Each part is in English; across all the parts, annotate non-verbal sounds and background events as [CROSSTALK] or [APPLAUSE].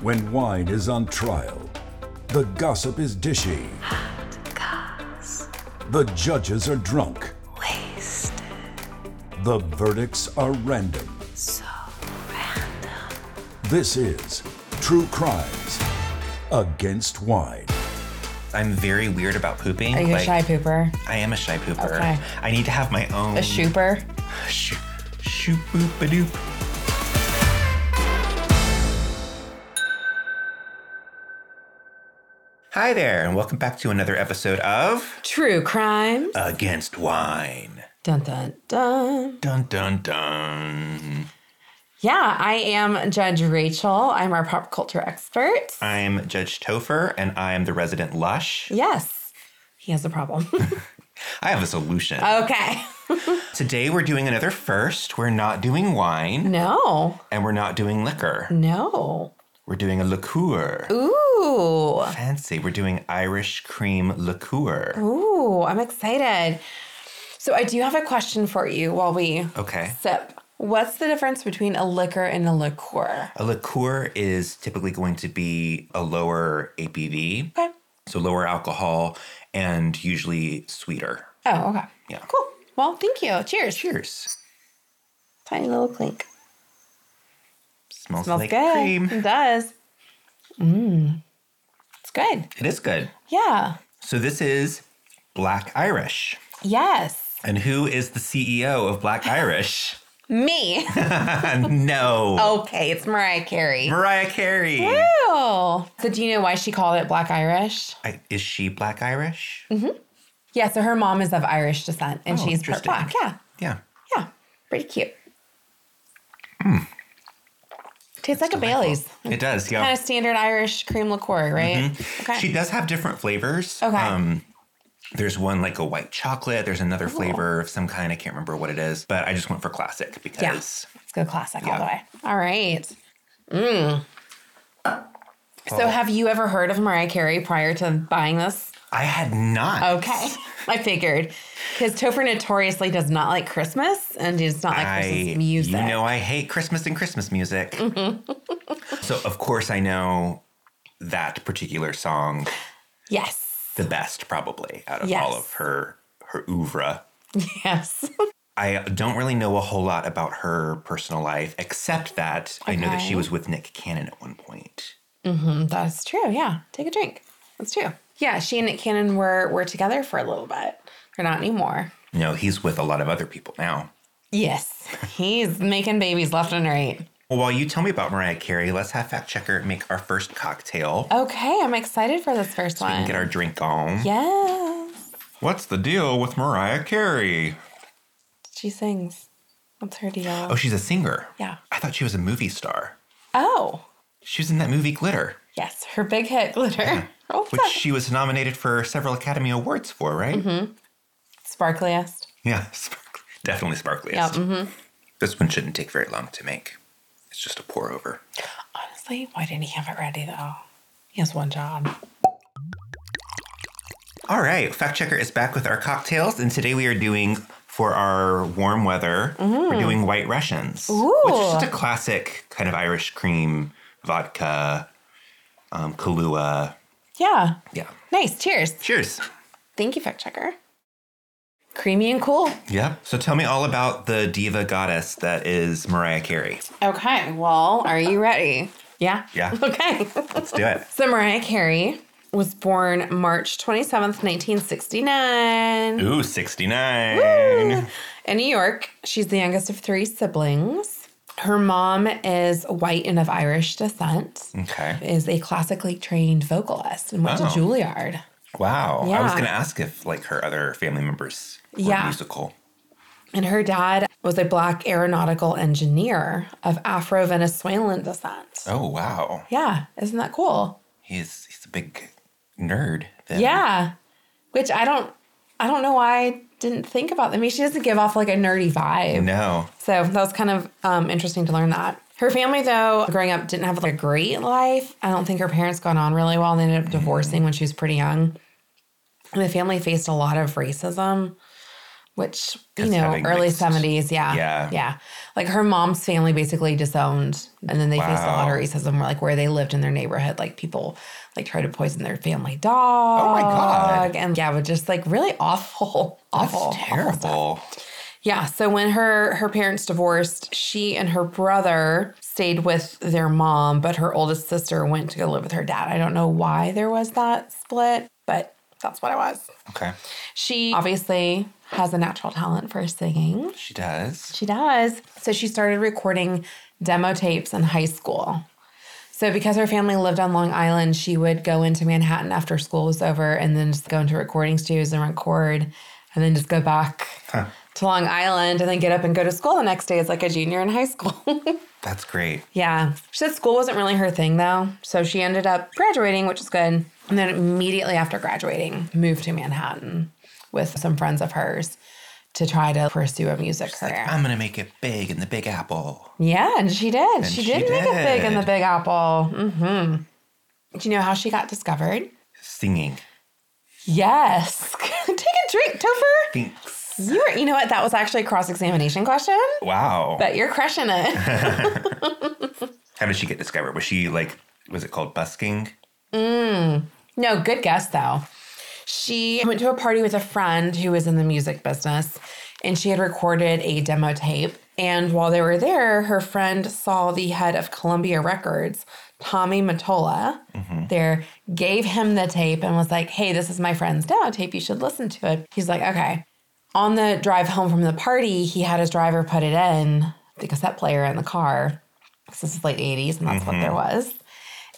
When wine is on trial, the gossip is dishy. The judges are drunk. The verdicts are random. So random. This is True Crimes Against Wine. I'm very weird about pooping. Are you a Like, shy pooper? I am a shy pooper. Okay. I need to have my own. A shooper? Shoo, shoo, boop, a doop. Hi there, and welcome back to another episode of True crimes. Against Wine. Dun dun dun. Dun dun dun. Yeah, I am Judge Rachel. I'm our pop culture expert. I'm Judge Topher, and I'm the resident lush. Yes, he has a problem. [LAUGHS] I have a solution. Uh, okay. Today we're doing another first. We're not doing wine, No, and we're not doing liquor. no. We're doing a liqueur. Ooh, Fancy. We're doing Irish cream liqueur. ooh, I'm excited. So, I do have a question for you while we Okay. sip. What's the difference between a liquor and a liqueur? A liqueur is typically going to be a lower ABV, Okay. so lower alcohol and usually sweeter. Oh, okay. Yeah. Cool. Well, thank you. Cheers. Cheers. Tiny little clink. Smells, Smells like good. cream. Mmm. It does. Mmm. It's good. It is good. Yeah. So this is Black Irish. Yes. And who is the CEO [LAUGHS] of Black Irish? [LAUGHS] Me. [LAUGHS] Oh. no. okay, it's Mariah Carey. Mariah Carey. Ew. So do you know why she called it Black Irish? I, is she Black Irish? Mm-hmm. Yeah, so her mom is of Irish descent and Oh, she's part interesting. black. Yeah. Yeah. Yeah. Pretty cute. Hmm. Tastes like a Bailey's. It does. Yeah. Kind of standard Irish cream liqueur, right? Okay. Mm-hmm. She does have different flavors. Um, Okay. there's one like a white chocolate. There's another flavor of some kind. I can't remember what it is, but I just went for classic yeah. because Let's go classic all Yeah. the way. All right. Mm. Oh. So have you ever heard of Mariah Carey prior to buying this? I had not. Okay. [LAUGHS] I figured. Because Topher notoriously does not like Christmas and does not like I, Christmas music. You know, I hate Christmas and Christmas music. Mm-hmm. so, of course, I know that particular song yes. [LAUGHS] the best, probably out of Yes. all of her her oeuvre. Yes. I don't really know a whole lot about her personal life, except that I know that she Okay. was with Nick Cannon at one point. Mm, That's true. Yeah. Take a drink. That's true. Yeah. She and Nick Cannon were, were together for a little bit. They're not anymore. You know, he's with a lot of other people now. Yes. [LAUGHS] He's making babies left and right. [LAUGHS] Well, while you tell me about Mariah Carey, let's have Fact Checker make our first cocktail Okay. I'm excited for this first one. and get our drink on. yes. What's the deal with Mariah Carey? She sings. What's her deal? Oh, she's a singer. Yeah. I thought she was a movie star. Oh. She was in that movie Glitter, Yes. Her big hit, Glitter. [LAUGHS] Oh, Uh-huh. which she was nominated for several Academy Awards for, right? Mm-hmm. sparkliest. Yeah, [LAUGHS] sparkly. definitely sparkliest. Yeah. Mm-hmm. This one shouldn't take very long to make. It's just a pour over. Honestly, why didn't he have it ready though? He has one job. All right, Fact Checker is back with our cocktails, and today we are doing for our warm weather, Mm. we're doing White Russians, which is just a classic kind of Irish cream vodka, um, Kahlua. Yeah. Yeah. Nice. Cheers. Cheers. Thank you, fact checker. Creamy and cool. Yeah. So tell me all about the diva goddess that is Mariah Carey. Okay. Well, are you ready? Yeah. Yeah. [LAUGHS] Okay. Let's do it. so Mariah Carey was born March 27th, 1969 Ooh, 69. in New York. She's the youngest of three siblings. Her mom is white and of Irish descent. Okay. Is a classically trained vocalist and went Wow. to Juilliard. Wow. I was Yeah. going to ask if like her other family members were Yeah. musical. And her dad was a black aeronautical engineer of Afro Venezuelan descent. Oh, wow. Yeah, isn't that cool? He's, he's a big nerd. Then. Yeah. Which I don't I don't know why I didn't think about that. I mean, she doesn't give off like a nerdy vibe. No. So that was kind of um, interesting to learn that. Her family, though, growing up, didn't have like a great life. I don't think her parents got on really well. and They ended up divorcing when she was pretty young. And the family faced a lot of racism which you 'Cause know, having early mixed- seventies, yeah, Yeah. yeah. Like her mom's family basically disowned, and then they faced the Wow. lottery system, where, like where they lived in their neighborhood, like people like tried to poison their family dog. Oh my God. And yeah, but just like really awful, [LAUGHS] That's awful, awful stuff. terrible. Yeah. So when her her parents divorced, she and her brother stayed with their mom, but her oldest sister went to go live with her dad. I don't know why there was that split, but that's what it was. Okay. She obviously has a natural talent for singing. She does. She does. So she started recording demo tapes in high school. So because her family lived on Long Island, she would go into Manhattan after school was over and then just go into recording studios and record and then just go back to Long Island and then get up and go to school the next day as like a junior in high school. [LAUGHS] That's great. Yeah. She said school wasn't really her thing though. So she ended up graduating, which is good. And then immediately after graduating, moved to Manhattan with some friends of hers to try to pursue a music career. I'm gonna make it big in the Big Apple. yeah, and she did. she she did make it big in the did. Big Apple. hmm Do you know how she got discovered? Singing. Yes. [LAUGHS] Take a drink, Topher. Thanks. You were, you know what? That was actually a cross examination question, Wow. but you're crushing it. How did she get discovered? Was she like? Was it called busking? No, good guess though. She went to a party with a friend who was in the music business and she had recorded a demo tape. And while they were there, her friend saw the head of Columbia Records, Tommy Mottola, there, gave him the tape and was like, hey, this is my friend's demo tape. You should listen to it. He's like, okay. On the drive home from the party, he had his driver put it in the cassette player in the car. 'cause This is late 80s, and that's what there was.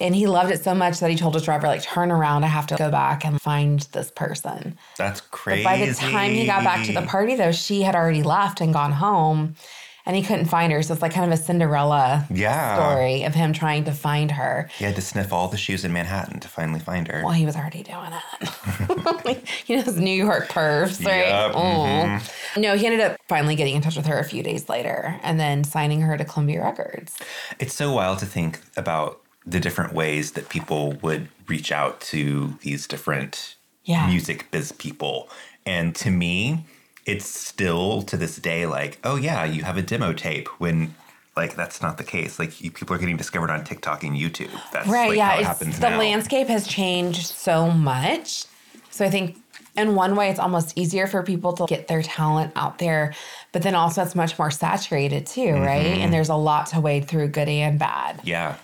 And he loved it so much that he told his driver, like, turn around, I have to go back and find this person. That's crazy. By the time he got back to the party, though, she had already left and gone home and he couldn't find her. So it's like kind of a Cinderella Yeah. story of him trying to find her. he had to sniff all the shoes in Manhattan to finally find her. Well, he was already doing it. [LAUGHS] Like, you know, those New York pervs, right? Yep, mm-hmm. Oh. No, he ended up finally getting in touch with her a few days later and then signing her to Columbia Records. It's so wild to think about the different ways that people would reach out to these different Yeah. music biz people. And to me, it's still to this day like, oh yeah, you have a demo tape when like that's not the case. Like you, people are getting discovered on TikTok and YouTube. That's Right, like yeah. how it it's- happens the now. landscape has changed so much. So I think in one way it's almost easier for people to get their talent out there, but then also it's much more saturated too, right? Mm-hmm. And there's a lot to wade through, good and bad. yeah.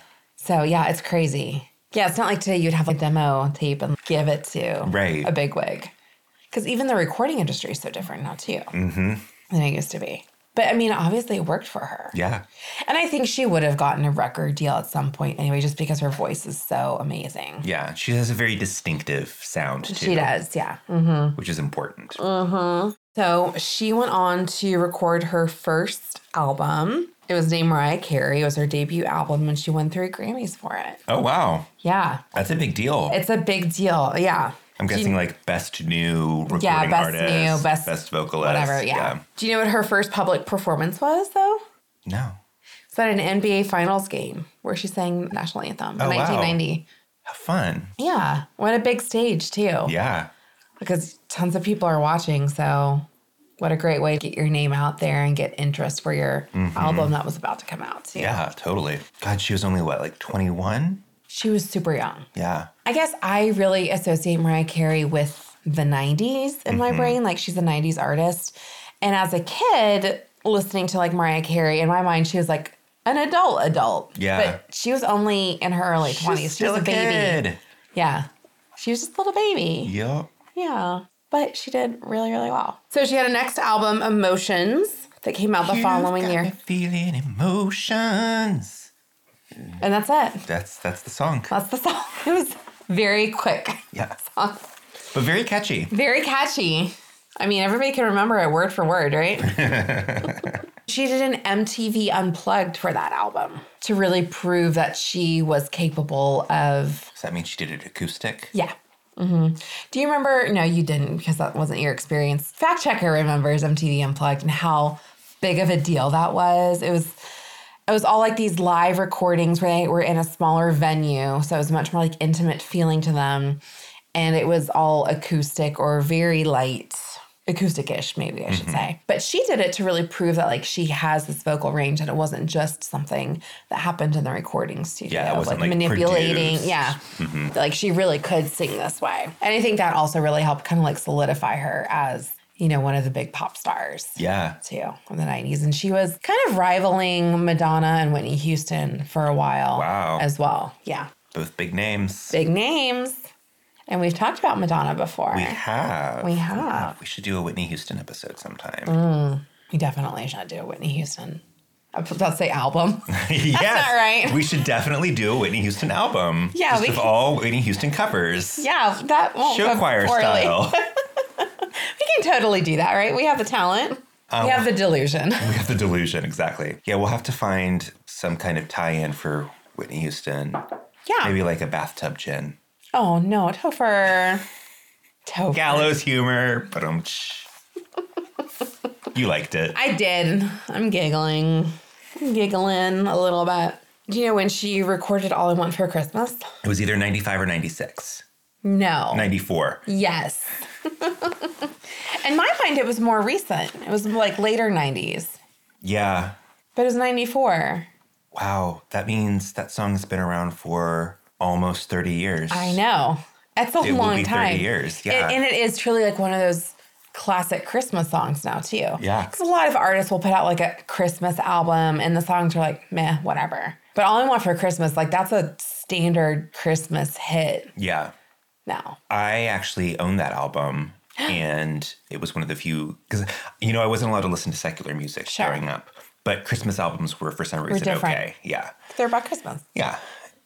So yeah, it's crazy. Yeah, it's not like today you'd have a demo tape and give it to Right. a big wig. Because even the recording industry is so different now too Mm-hmm. than it used to be. But I mean, obviously it worked for her. Yeah. And I think she would have gotten a record deal at some point anyway, just because her voice is so amazing. Yeah. She has a very distinctive sound too. She does, yeah. Mm-hmm. Which is important. Oh, So she went on to record her first album. It was named Mariah Carey. It was her debut album, and she won three Grammys for it. Oh wow. Yeah, That's a big deal. it's a big deal. Yeah. I'm guessing like best new recording Yeah, best artist, new, best vocalist, Whatever, yeah. Do you know what her first public performance was, though? No, It's at an NBA Finals game where she sang the national anthem in Oh, wow. 1990. have fun. Yeah, what a big stage, too. Yeah, because tons of people are watching. So, what a great way to get your name out there and get interest for your album that was about to come out, too. Mm-hmm. yeah, totally. God, she was only what, like 21? She was super young. Yeah, I guess I really associate Mariah Carey with the 90s in Mm-hmm. my brain. Like, she's a 90s artist. And as a kid, listening to like Mariah Carey, in my mind, she was like an adult, adult. Yeah. But she was only in her early 20s. she was a, baby. kid. Yeah. She was just a little baby. Yep. Yeah, but she did really, really well. So she had a next album, Emotions, that came out the following You've got me year. feeling emotions. And that's it. That's that's the song. That's the song. [LAUGHS] It was very quick, [LAUGHS] Yeah, but very catchy. very catchy. I mean, everybody can remember it word for word, right? she did an MTV Unplugged for that album to really prove that she was capable of. Does that mean she did it acoustic? Yeah. hmm Do you remember? No, you didn't because that wasn't your experience. Fact checker remembers MTV Unplugged and how big of a deal that was. It was. It was all like these live recordings where they were in a smaller venue, so it was much more like intimate feeling to them, and it was all acoustic or very light. acoustic-ish maybe i should Mm-hmm. say but she did it to really prove that like she has this vocal range and it wasn't just something that happened in the recording studio that wasn't, like, manipulating produced. yeah Mm-hmm. like she really could sing this way and i think that also really helped kind of like solidify her as you know one of the big pop stars Yeah. too in the 90s and she was kind of rivaling madonna and whitney houston for a while Wow. as well yeah Both big names. big names and we've talked about madonna before We have. We have. We should do a Whitney Houston episode sometime. we definitely should do a whitney houston i was about to say [LAUGHS] album yes. not right. We should definitely do a Whitney Houston album. Yeah, Just we of can- all Whitney Houston covers. yeah that won't Show go choir poorly. [LAUGHS] style. we can totally do that right we have the talent we have the delusion Um, we have the delusion, exactly. Yeah, we'll have to find some kind of tie in for Whitney Houston. [LAUGHS] yeah Maybe like a bathtub gin. oh no topher topher Gallows humor. Ba-dum-tsh. you liked it. I did. I'm giggling. I'm giggling a little bit. Do you know when she recorded All I Want for Christmas? It was either 95 or 96. No. 94. Yes. [LAUGHS] In my mind, it was more recent. It was like later 90s, Yeah. but it was 94. Wow. That means that song's been around for almost 30 years. I know. That's a will long be 30 time. years, It- yeah. and it is truly like one of those classic Christmas songs now, too. Yeah. Because a lot of artists will put out like a Christmas album and the songs are like, meh, whatever. But All I Want for Christmas, like that's a standard Christmas hit Yeah. now. I actually own [GASPS] that album. And it was one of the few, because, you know, I wasn't allowed to listen to secular music Sure. growing up, but Christmas albums were for some reason different. okay. Yeah. They're about Christmas. Yeah.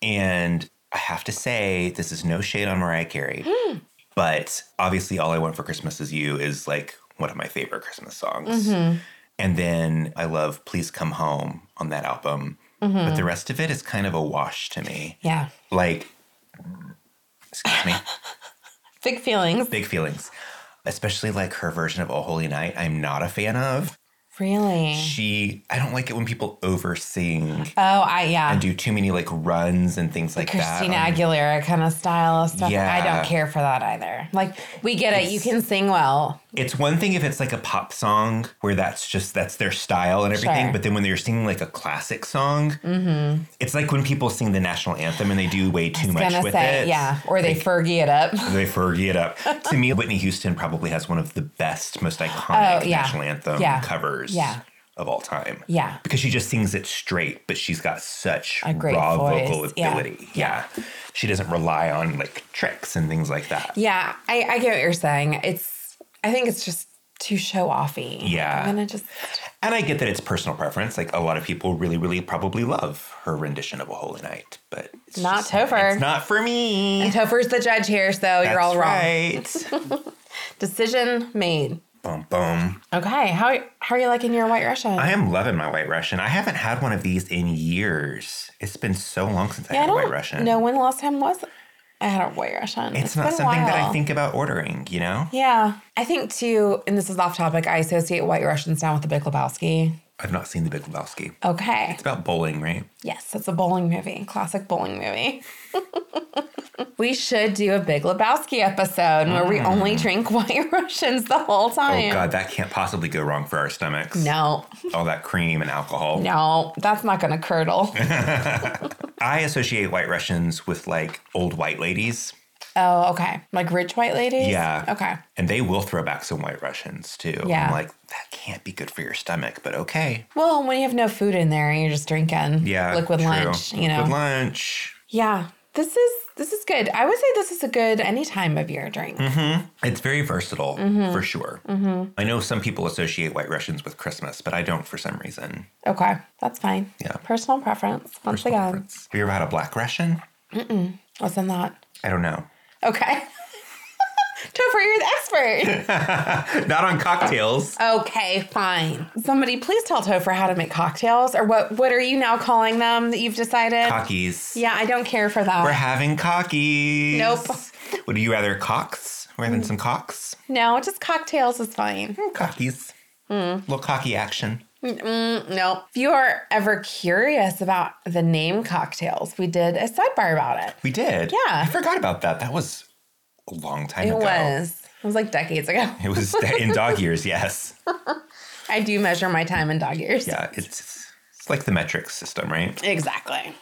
And I have to say, this is no shade on [GASPS] Mariah Carey, Hmm. but obviously, All I Want for Christmas Is You is like one of my favorite Christmas songs. Mm-hmm. And then I love Please Come Home on that album. But Mm-hmm. the rest of it is kind of a wash to me. Yeah. Like, excuse me, Big feelings. big feelings. Especially like her version of Oh Holy Night, I'm not a fan of. Really? She, I don't like it when people over sing Oh, I, yeah. and do too many like runs and things like that. Um, Christina on- Aguilera kind of style of stuff. I Yeah. don't care for that either. Like, we get it. You can sing well. It's one thing if it's like a pop song where that's just that's their style and everything, Sure. Mm-hmm. but then when they're singing like a classic song, it's like when people sing the national anthem and they do way too much Gonna with say, it. yeah. Or they Fergie it [LAUGHS] up. They fergie [LAUGHS] it up. to me, Whitney Houston probably has one of the best, most iconic Oh, yeah. national anthem Yeah. covers Yeah. of all time. Yeah. Because she just sings it straight, but she's got such A great raw voice. vocal Yeah. ability. Yeah. She doesn't rely on like tricks and things like that. Yeah, I, I get what you're saying. It's, I think it's just too show offy. Yeah. I'm gonna just, And I get that it's personal preference. Like a lot of people really, really probably love her rendition of A Holy Night, but it's Not just- Topher. It's not for me. and Topher's the judge here, so you're all wrong. [LAUGHS] That's right. Decision made. boom, boom. Okay, how how are you liking your White Russian? I am loving my White Russian. I haven't had one of these in years. It's been so long since I had a White Russian. know when the last time was I had a White Russian. it's, not been a something that I while. think about ordering. You know, Yeah, I think too, and this is off topic. I associate White Russians now with the Big Lebowski. I've not seen The Big Lebowski. It's Okay. about bowling, right? Yes, it's a bowling movie, classic bowling movie. [LAUGHS] we should do a Big Lebowski episode where we only drink white [LAUGHS] Russians the whole Oh time. God, that can't possibly go wrong for our stomachs. No, All that cream and alcohol. no, that's not gonna curdle. [LAUGHS] I associate White Russians with like old white ladies. oh, okay. Like rich white ladies? Yeah. Okay. And they will throw back some white Russians too. Yeah. I'm like, that can't be good for your stomach, but okay. Well, when you have no food in there, you're just drinking Yeah. liquid true. lunch, you know. Liquid lunch. Yeah. This is this is good. I would say this is a good any time of year drink. It's very versatile Mm-hmm. for sure. I know some people associate white Russians with Christmas, but I don't for some reason. Okay. That's fine. Yeah. Personal preference. Once again. Preference. Have you ever had a black Russian? What's in that? I don't know. Okay. [LAUGHS] Topher, you're the [LAUGHS] expert. Not [LAUGHS] on cocktails. okay, fine. Somebody please tell Topher how to make cocktails or what what are you now calling them that you've decided? Cockies. yeah, I don't care for We're that. having cockies. Nope. Would you rather cocks? We're Mm. having some cocks. Hmm, no, just cocktails is fine. Cockies. Hmm. Little cocky action. No. If you are ever curious about the name cocktails, we did a sidebar about it. We did. Yeah. I forgot about that. That was a long time It ago. was. It was like decades ago. [LAUGHS] It was in dog years, yes. I do measure my time in dog years. Yeah, it's it's like the metric system, right? Exactly.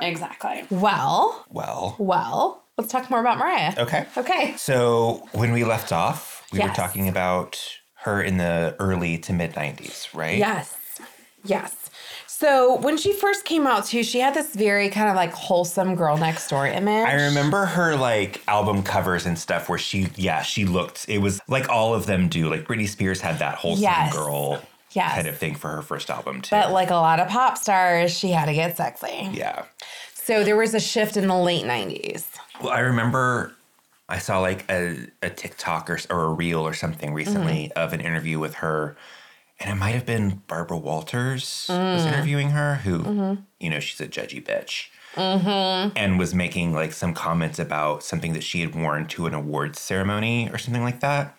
Exactly. Well, Well, well, let's talk more about Mariah. okay. Okay. So when we left off, we were Yes. talking about her in the early to mid 90s, right? Yes. Yes. So when she first came out too, she had this very kind of like wholesome girl next door image. I remember her like album covers and stuff where she, yeah, she looked, it was like all of them do. Like Britney Spears had that wholesome Yes. girl Yes. kind of thing for her first album, too. But like a lot of pop stars, she had to get sexy. yeah. So there was a shift in the late 90s. Well, I remember I saw like a, a TikTok or, s- or a reel or something recently Mm-hmm. of an interview with her. And it might have been Barbara Walters was Mm. interviewing her, who, Mm-hmm. you know, she's a judgy bitch. [LAUGHS] And was making like some comments about something that she had worn to an awards ceremony or something like that.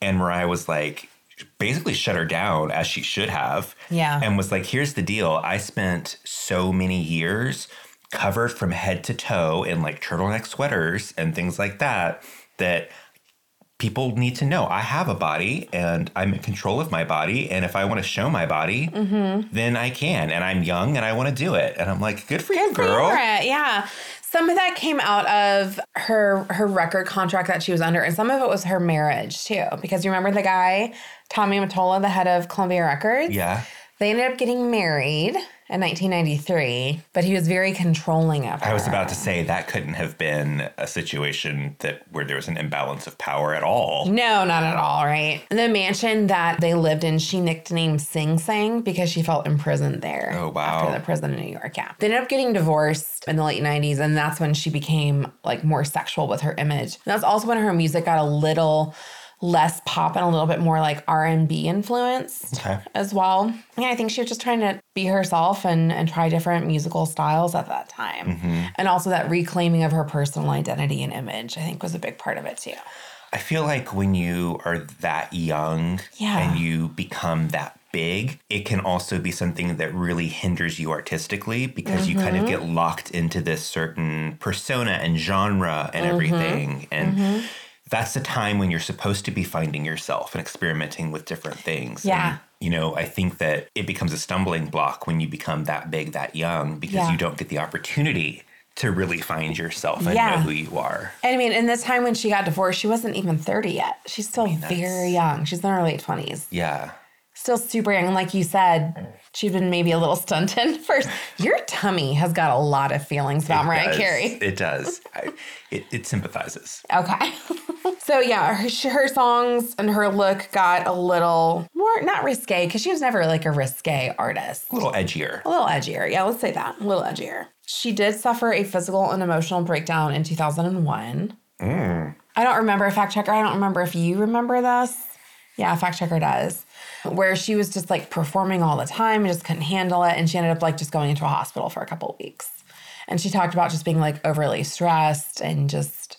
And Mariah was like, basically shut her down as she should have. Yeah. And was like, here's the deal. I spent so many years covered from head to toe in like turtleneck sweaters and things like that that people need to know I have a body and I'm in control of my body. And if I want to show my body, then I can. And I'm young and I want to do it. And I'm like, good for you, girl. Favorite, yeah. Some of that came out of her her record contract that she was under, and some of it was her marriage too. Because you remember the guy, Tommy Mottola, the head of Columbia Records? Yeah. They ended up getting married in 1993, but he was very controlling of her. I was about to say that couldn't have been a situation that where there was an imbalance of power at all. No, not at all, right? The mansion that they lived in, she nicknamed Sing Sang because she felt imprisoned there. Oh, wow. After the prison in New York, yeah. They ended up getting divorced in the late 90s, and that's when she became like more sexual with her image. And that's also when her music got a little less pop and a little bit more like R&B influenced Okay. as well. Yeah, I think she was just trying to be herself and, and try different musical styles at that time. Mm-hmm. And also that reclaiming of her personal identity and image, I think was a big part of it too. I feel like when you are that young Yeah. and you become that big, it can also be something that really hinders you artistically because you kind Mm-hmm. of get locked into this certain persona and genre Mm-hmm. and everything. And that's the time when you're supposed to be finding yourself and experimenting with different things. Yeah. And, you know, I think that it becomes a stumbling block when you become that big, that young, because Yeah. you don't get the opportunity to really find yourself and Yeah. know who you are. And I mean, in this time when she got divorced, she wasn't even 30 yet. She's still very young. She's in her late 20s. Yeah. Still super young. And like you said, she'd been maybe a little [LAUGHS] stunted first. Your tummy has got a lot of feelings about It Mariah does. Carey. It does. I, it, it sympathizes. Okay. [LAUGHS] so yeah, her, her songs and her look got a little more, not risque, because she was never like a risque artist. A little edgier. A little edgier. Yeah, let's say that. A little edgier. She did suffer a physical and emotional breakdown in 2001. I don't remember, fact checker. I don't remember if you remember this. Yeah, fact checker does. Where she was just like performing all the time and just couldn't handle it. And she ended up like just going into a hospital for a couple of weeks. And she talked about just being like overly stressed and just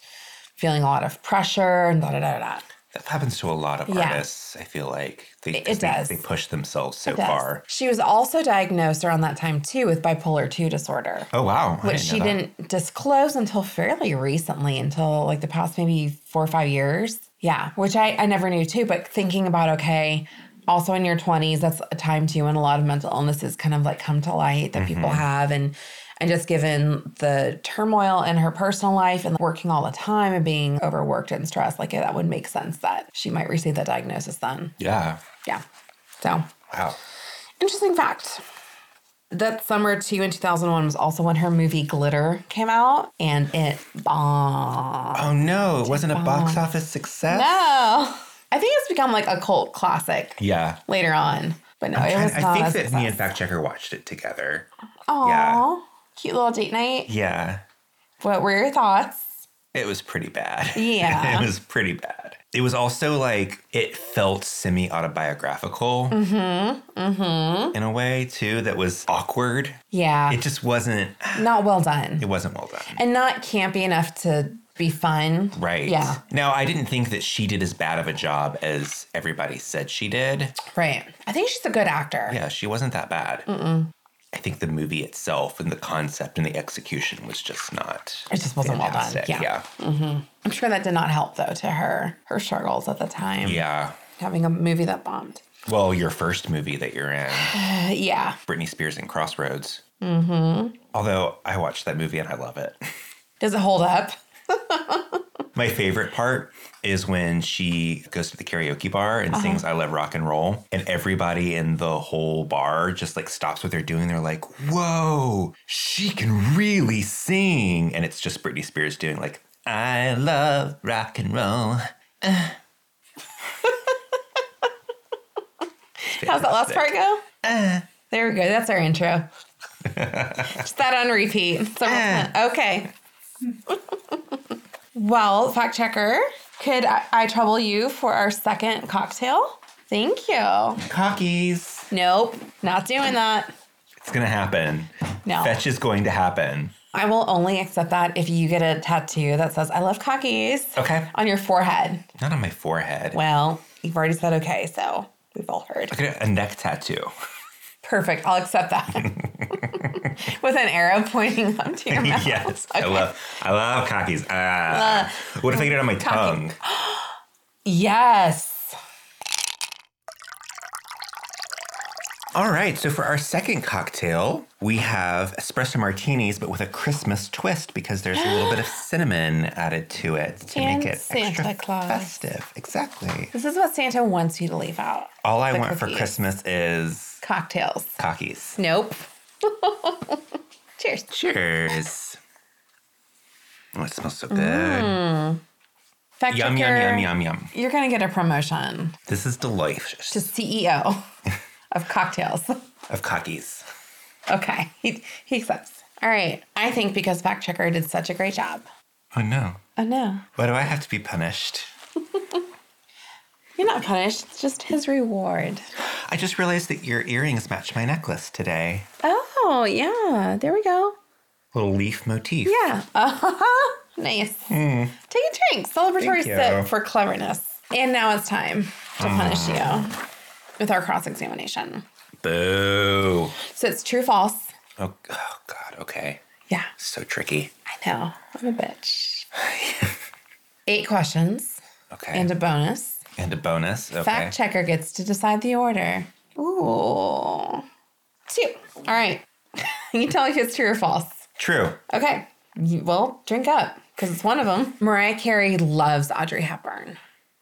feeling a lot of pressure and da da da da. da. That happens to a lot of Yeah. artists, I feel like. They, It- 'cause it they, does. they push themselves so Yes. far. She was also diagnosed around that time too with bipolar 2 disorder. Oh, wow. I which didn't know she that. didn't disclose until fairly recently, until like the past maybe four or five years. Yeah, which I, I never knew too, but thinking about, okay, also in your 20s, that's a time too when a lot of mental illnesses kind of like come to light that people Mm-hmm. have. And and just given the turmoil in her personal life and working all the time and being overworked and stressed, like that would make sense that she might receive that diagnosis then. Yeah. Yeah. So Wow. Interesting fact. That summer too in 2001 was also when her movie Glitter came out and it ah. bombed. Oh, no. It wasn't a box office success? Oh. I think it's become like a cult classic Yeah. later on. But no, it And was I not think a that me and success. Fact Checker watched it together. Aw, yeah. Cute little date night. Yeah. What were your thoughts? It was pretty bad. [LAUGHS] Yeah. it was pretty bad. It was also like it felt semi autobiographical Mm-hmm. in a way too. That was awkward. Yeah. It just wasn't. not well done. It wasn't well done. and not campy enough to be fun. Right. Yeah. Now I didn't think that she did as bad of a job as everybody said she did. Right. I think she's a good actor. Yeah, she wasn't that bad. I think the movie itself and the concept and the execution was just not. It just wasn't well done. fantastic. Yeah. Mm-hmm. I'm sure that did not help though to her her struggles at the time. yeah. Yeah. Having a movie that bombed. Well, your first movie that you're in, [SIGHS] Uh, yeah. Britney Spears and Crossroads. Mm-hmm. Although I watched that movie and I love it. Does it hold up? My favorite part is when she goes to the karaoke bar Uh-huh. and sings I Love Rock and Roll. And everybody in the whole bar just like stops what they're doing. They're like, whoa, she can really sing. And it's just Britney Spears doing like, I love rock and roll. [LAUGHS] How's that last part go? Uh. there we go. That's our [LAUGHS] intro. Just that on repeat. So, Uh. Okay. well, fact checker, could I, I trouble you for our second cocktail? Thank you. Cockies. Nope, not doing that. It's going to happen. No. Fetch is going to happen. I will only accept that if you get a tattoo that says "I love cockies" Okay. on your forehead. Not on my forehead. Well, you've already said okay, so we've all heard. Look at a neck tattoo. Perfect. I'll accept that. [LAUGHS] With an arrow pointing up [LAUGHS] to your mouth. yes. I love I love cockies. Ah. what if I get it on my tongue? Yes. All right, so for our second cocktail, we have espresso martinis, but with a Christmas twist because there's a little bit [GASPS] of cinnamon added to it to And make it Santa extra Claus. festive. Exactly. This is what Santa wants you to leave out. All I The want for cookies. Christmas is Cocktails. cockies. Nope. [LAUGHS] Cheers. Cheers. Oh, it smells so good. Mm. Fact Yum, yum, checker, yum, yum, yum. You're going to get a promotion This is delicious to [LAUGHS] CEO of cocktails. of cockies. Okay. He, he accepts. All right. I think because fact checker did such a great job. Oh no. Oh, no. Why do I have to be punished? You're not punished. It's just his reward. I just realized that your earrings match my necklace today. Oh, yeah. There we go. Little leaf motif. Yeah. Uh-huh. [LAUGHS] Nice. Take a drink. Celebratory Hmm. Thank you. Hmm. sip for cleverness. And now it's time to punish you with our cross examination. Boo. So it's true, false. Oh, oh God. Okay. Yeah, So tricky. I know. I'm a [LAUGHS] bitch. Eight questions Okay. and a bonus. And a bonus. Okay. Fact checker gets to decide the order. Ooh. Two. All right. [LAUGHS] you tell me if it's true or false. True. Okay. You- Well, drink up because it's one of them. Mariah Carey loves Audrey Hepburn.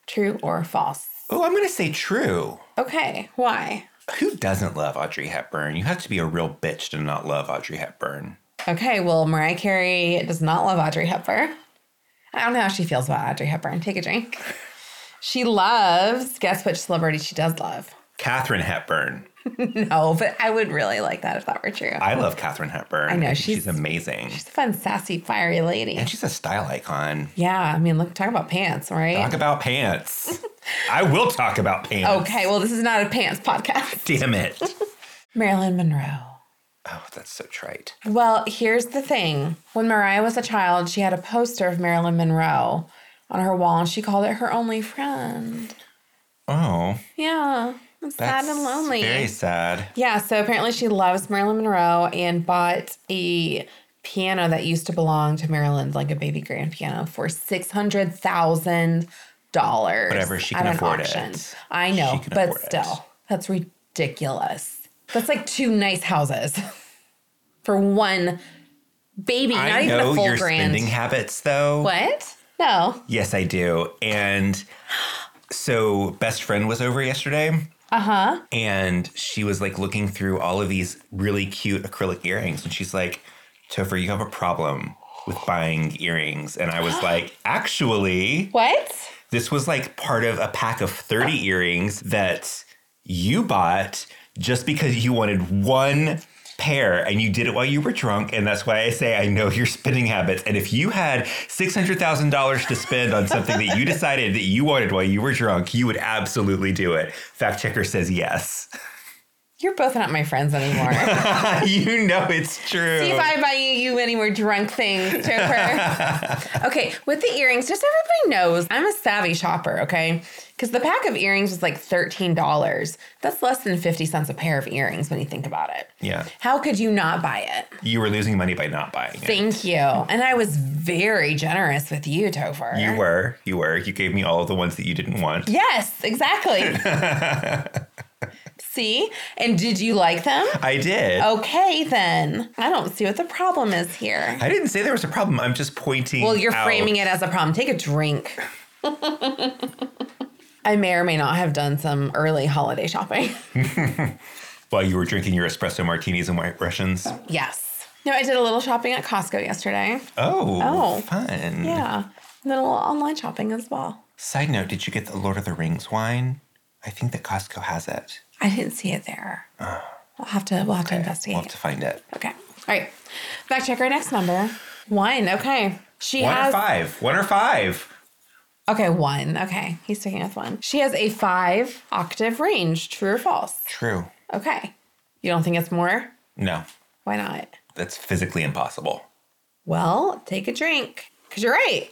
True or false? Oh, I'm gonna say true. Okay. Why? Who doesn't love Audrey Hepburn? You have to be a real bitch to not love Audrey Hepburn. Okay. Well, Mariah Carey does not love Audrey Hepburn. I don't know how she feels about Audrey Hepburn. Take a drink. She loves, guess which celebrity she does love? Catherine Hepburn. No, but I would really like that if that were true. I love Catherine Hepburn. I know, think she's- she's amazing, She's a fun, sassy, fiery lady. and she's a style icon. Yeah. I mean, look, talk about pants, right? Talk [LAUGHS] about pants. I will talk about pants. okay. Well, this is not a pants podcast. Damn it. [LAUGHS] Marilyn Monroe. oh, that's so trite. Well, here's the thing. When Mariah was a child, she had a poster of Marilyn Monroe on her wall and she called it her only friend. Oh, Yeah. It's sad that's and lonely. Very sad. Yeah, so apparently she loves Marilyn Monroe and bought a piano that used to belong to Marilyn, like a baby grand piano, for six hundred thousand dollars. Whatever, she can afford it. I She know, can but afford it. still, that's ridiculous. That's like two nice houses [LAUGHS] for one baby, not I even a know full your grand. spending habits, though. what? No. Yes, I do. And so, best friend was over yesterday. Uh Uh-huh. huh. And she was like looking through all of these really cute acrylic earrings, and she's like, "Topher, you have a problem." With buying earrings. And [GASPS] I was like, actually, What? this was like part of a pack of 30 earrings that you bought just because you wanted one pair and you did it while you were drunk. And that's why I say I know your spending habits. And if you had $600,000 to spend on something that you decided that you wanted while you were drunk, you would absolutely do it. Fact checker says yes. [LAUGHS] You're both not my friends anymore. you know it's true. See if I buy you, you any more drunk [LAUGHS] things, Joker. okay, with the earrings, just so everybody knows, I'm a savvy shopper, okay? Because the pack of earrings was like $13. That's less than 50 cents a pair of earrings when you think about it. yeah. How could you not buy it? You were losing money by not buying it. Thank you. And I was very generous with you, Topher. You were. You were. You gave me all of the ones that you didn't want. Yes, [LAUGHS] exactly. see? And did you like them? I did. Okay, then. I don't see what the problem is here. I didn't say there was a problem. I'm just pointing. Well, you're out- framing it as a problem. Take a drink. [LAUGHS] I may or may not have done some early holiday shopping. While you were drinking your espresso martinis and white Russians. [LAUGHS] yes. No, I did a little shopping at Costco yesterday. Oh, Oh. fun. Yeah. And then a little online shopping as well. Side note, did you get the Lord of the Rings wine? I think that Costco has it. I didn't see it [SIGHS] there. we'll have to we'll have to investigate. We'll have to find it. okay. All right. Fact check our next number. One. Okay. She One has or five. One or five. Okay, one. Okay. He's sticking with one. She has a five octave range, true or false. True. Okay. You don't think it's more? No, Why not? that's physically impossible. Well, take a drink. Cause you're right.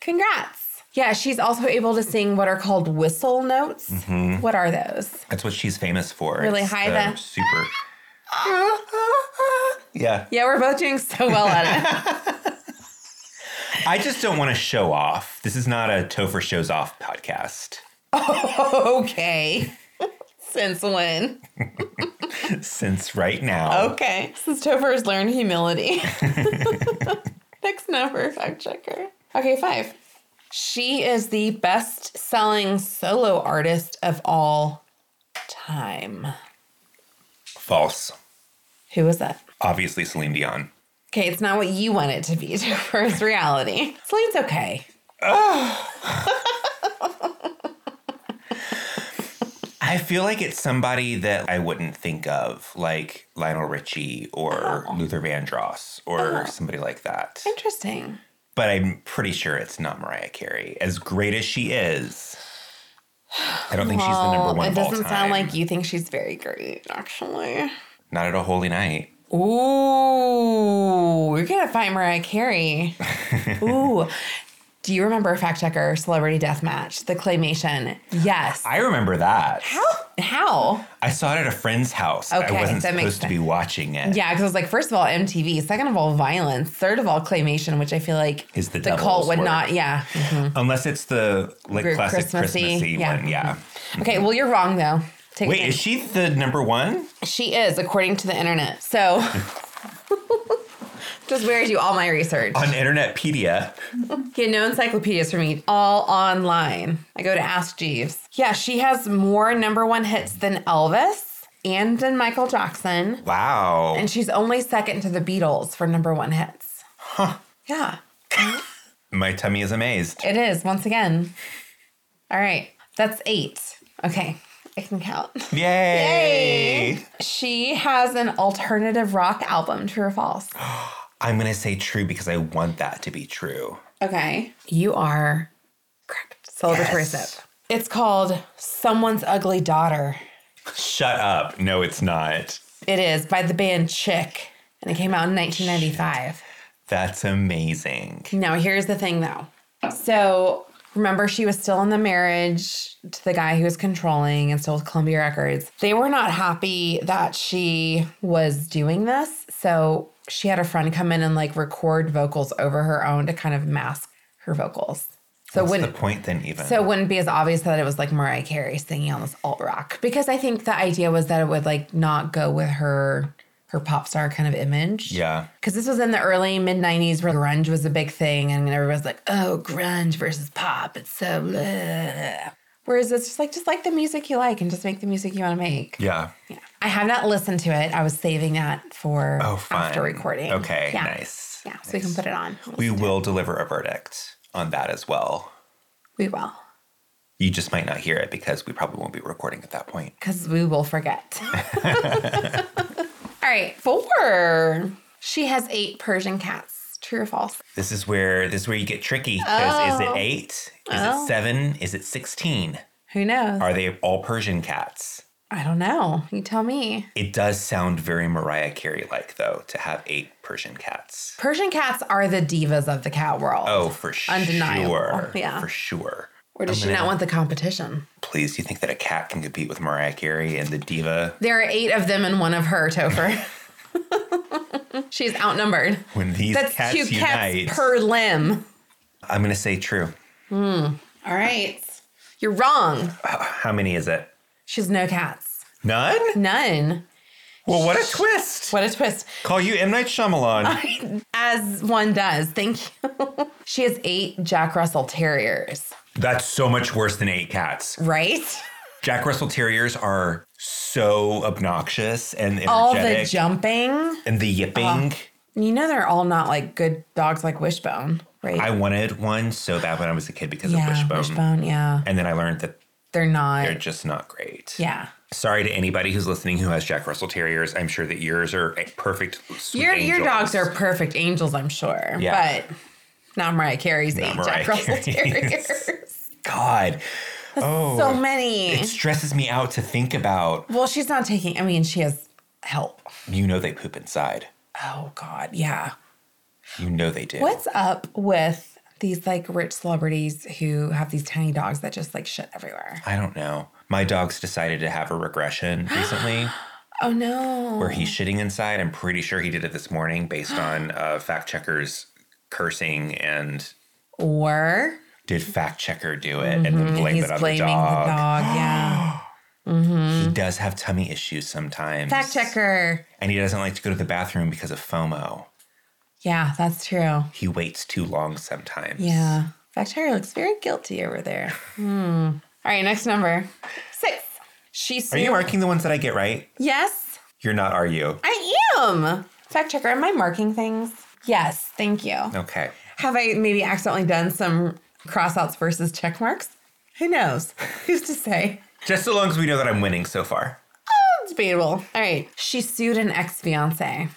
Congrats. Yeah, she's also able to sing what are called whistle notes. What are those? That's what she's famous for. Really It's high the then. Super. yeah. Yeah, we're both doing so well at it. I just don't want to show off. This is not a Topher shows off podcast. okay. Since when? Since right now. Okay. Since Topher has learned humility. Next number, fact checker. Okay, five. She is the best selling solo artist of all time. False. Who was that? Obviously Celine Dion. Okay, it's not what you want it to be, [LAUGHS] Topher. It's reality. Celine's okay. I feel like it's somebody that I wouldn't think of, like Lionel Richie or Oh. Luther Vandross Uh-huh. or somebody like that. Interesting. But I'm pretty sure it's not Mariah Carey, as great as she is. I don't think she's the number Well, one. it of all doesn't sound time. like you think she's very great, actually. Not at a holy night. Ooh, we're gonna find Mariah [LAUGHS] Carey. Ooh. Do you remember Fact Checker Celebrity Death Match, the claymation? Yes. I remember that. How? How? I saw it at a friend's house. Okay, I wasn't that supposed makes to be watching it. Yeah, because I was like, first of all, MTV. Second of all, violence. Third of all, claymation, which I feel like Is the cult devil's would work. not. Yeah. Mm-hmm. Unless it's the like Gr- classic Christmassy, Christmassy, yeah. Mm-hmm. one. Yeah. Okay. Well, you're wrong though. Take a Wait, drink. is she the number one? She is, according to the internet. So, [LAUGHS] just where I do all my research. On Internetpedia. Get no encyclopedias for me, all online. I go to Ask Jeeves. Yeah, she has more number one hits than Elvis and than Michael Jackson. Wow. And she's only second to the Beatles for number one hits. Huh. My tummy is amazed. Yeah, it is, once again. All right, that's eight. Okay, I can count. Yay. She has an alternative rock album, true or false? I'm going to say true because I want that to be true. Okay. You are correct. Celebratory Yes. sip. It's called Someone's Ugly Daughter. Shut up. No, it's not. It is by the band Chick, and it came out in 1995. That's amazing. Now, here's the thing though. So, remember, she was still in the marriage to the guy who was controlling and still with Columbia Records. They were not happy that she was doing this. So, she had a friend come in and like record vocals over her own to kind of mask her vocals. So, What's when the point then, even? So it wouldn't be as obvious that it was like Mariah Carey singing on this alt rock because I think the idea was that it would like not go with her her pop star kind of image. yeah. Because this was in the early mid '90s where grunge was a big thing, and everybody was like, "Oh, grunge versus pop, it's so." Blah. Whereas it's just like just like the music you like, and just make the music you want to make. Yeah. Yeah. I have not listened to it. I was saving that for Oh, fine. after recording. Okay, Yeah. nice. Yeah, so we can put it on. We will deliver a verdict on that as well. We will, You just might not hear it because we probably won't be recording at that point. because we will [LAUGHS] forget. [LAUGHS] All right, four. She has eight Persian cats. True or false? This is where this is where you get tricky. Because Oh. is it eight? Is it seven? Is it sixteen? Who knows? Are they all Persian cats? I don't know. You tell me. It does sound very Mariah Carey like, though, to have eight Persian cats. Persian cats are the divas of the cat world. Oh, for Undeniable. sure. Yeah. For sure. Or does she not want the competition? Please, do you think that a cat can compete with Mariah Carey and the diva There are eight of them and one of her, Topher. [LAUGHS] She's outnumbered. when these That's cats two cats unite? per limb. I'm going to say true. All right. You're wrong. How many is it? She has no cats. None? None. Well, what a twist. What a twist. Call you M. [LAUGHS] Night Shyamalan. As one does. Thank you. [LAUGHS] she has eight Jack Russell Terriers, That's so much worse than eight cats. right? Jack Russell Terriers are so obnoxious and energetic. All the Ah. jumping. and the yipping. You know, they're all not like good dogs like Wishbone, right? I wanted one so bad when I was a kid because yeah, of Wishbone. yeah. And then I learned that They're not. they're just not great. yeah. Sorry to anybody who's listening who has Jack Russell Terriers. I'm sure that yours are a perfect. sweet Your your dogs are angels. perfect angels, I'm sure. Yeah. But not Mariah Carey's eight Mariah Jack Russell [LAUGHS] Carey's. Terriers. God. Oh. so many. It stresses me out to think about. well, she's not taking. I mean, she has help. You know they poop inside. Oh God, yeah. You know they do. What's up with these like rich celebrities who have these tiny dogs that just like shit everywhere? I don't know. My dog's decided to have [GASPS] a regression recently Oh no. where he's shitting inside. I'm pretty sure he did it this morning based on [GASPS] uh, fact checkers cursing and Or did fact checker do it and then blame Mm-hmm. he's it on blaming the dog. yeah. He does have tummy issues sometimes. Fact checker. And he doesn't like to go to the bathroom because of FOMO. Yeah, that's true. He waits too long sometimes. Yeah. Fact checker looks very guilty over there. [SIGHS] Hmm. All right, next number. Six. She Are sued. you marking the ones that I get right? yes, You're not, are you? I am. Fact checker, am I marking things? Yes, thank you. Okay. Have I maybe accidentally done some crossouts versus check marks? Who knows? [LAUGHS] Who's to say? Just so long as we know that I'm winning so far. Ah, It's debatable. All right. She sued an ex fiance.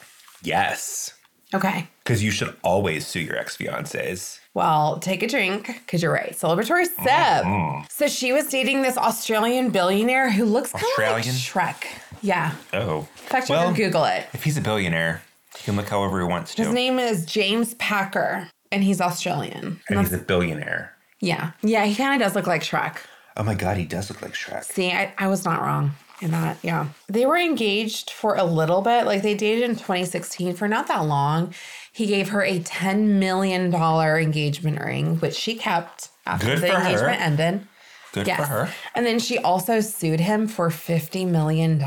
Yes. Okay. Because you should always sue your ex fiancés. Well, take a drink because you're right. Celebratory sip. So she was dating this Australian billionaire who looks kind of like Australian? Shrek. Yeah. Oh. In fact, you can Google it. if he's a billionaire, he can look however he wants to. His name is James Packer and he's Australian. and he's a billionaire. Yeah. Yeah, he kind of does look like Shrek. Oh my God, he does look like Shrek. See, I, I was not wrong in that. Yeah. They were engaged for a little bit. Like they dated in 2016 for not that long. He gave her a $10 million engagement ring, which she kept after Good the for her. engagement ended. Good Yes. for her. And then she also sued him for $50 million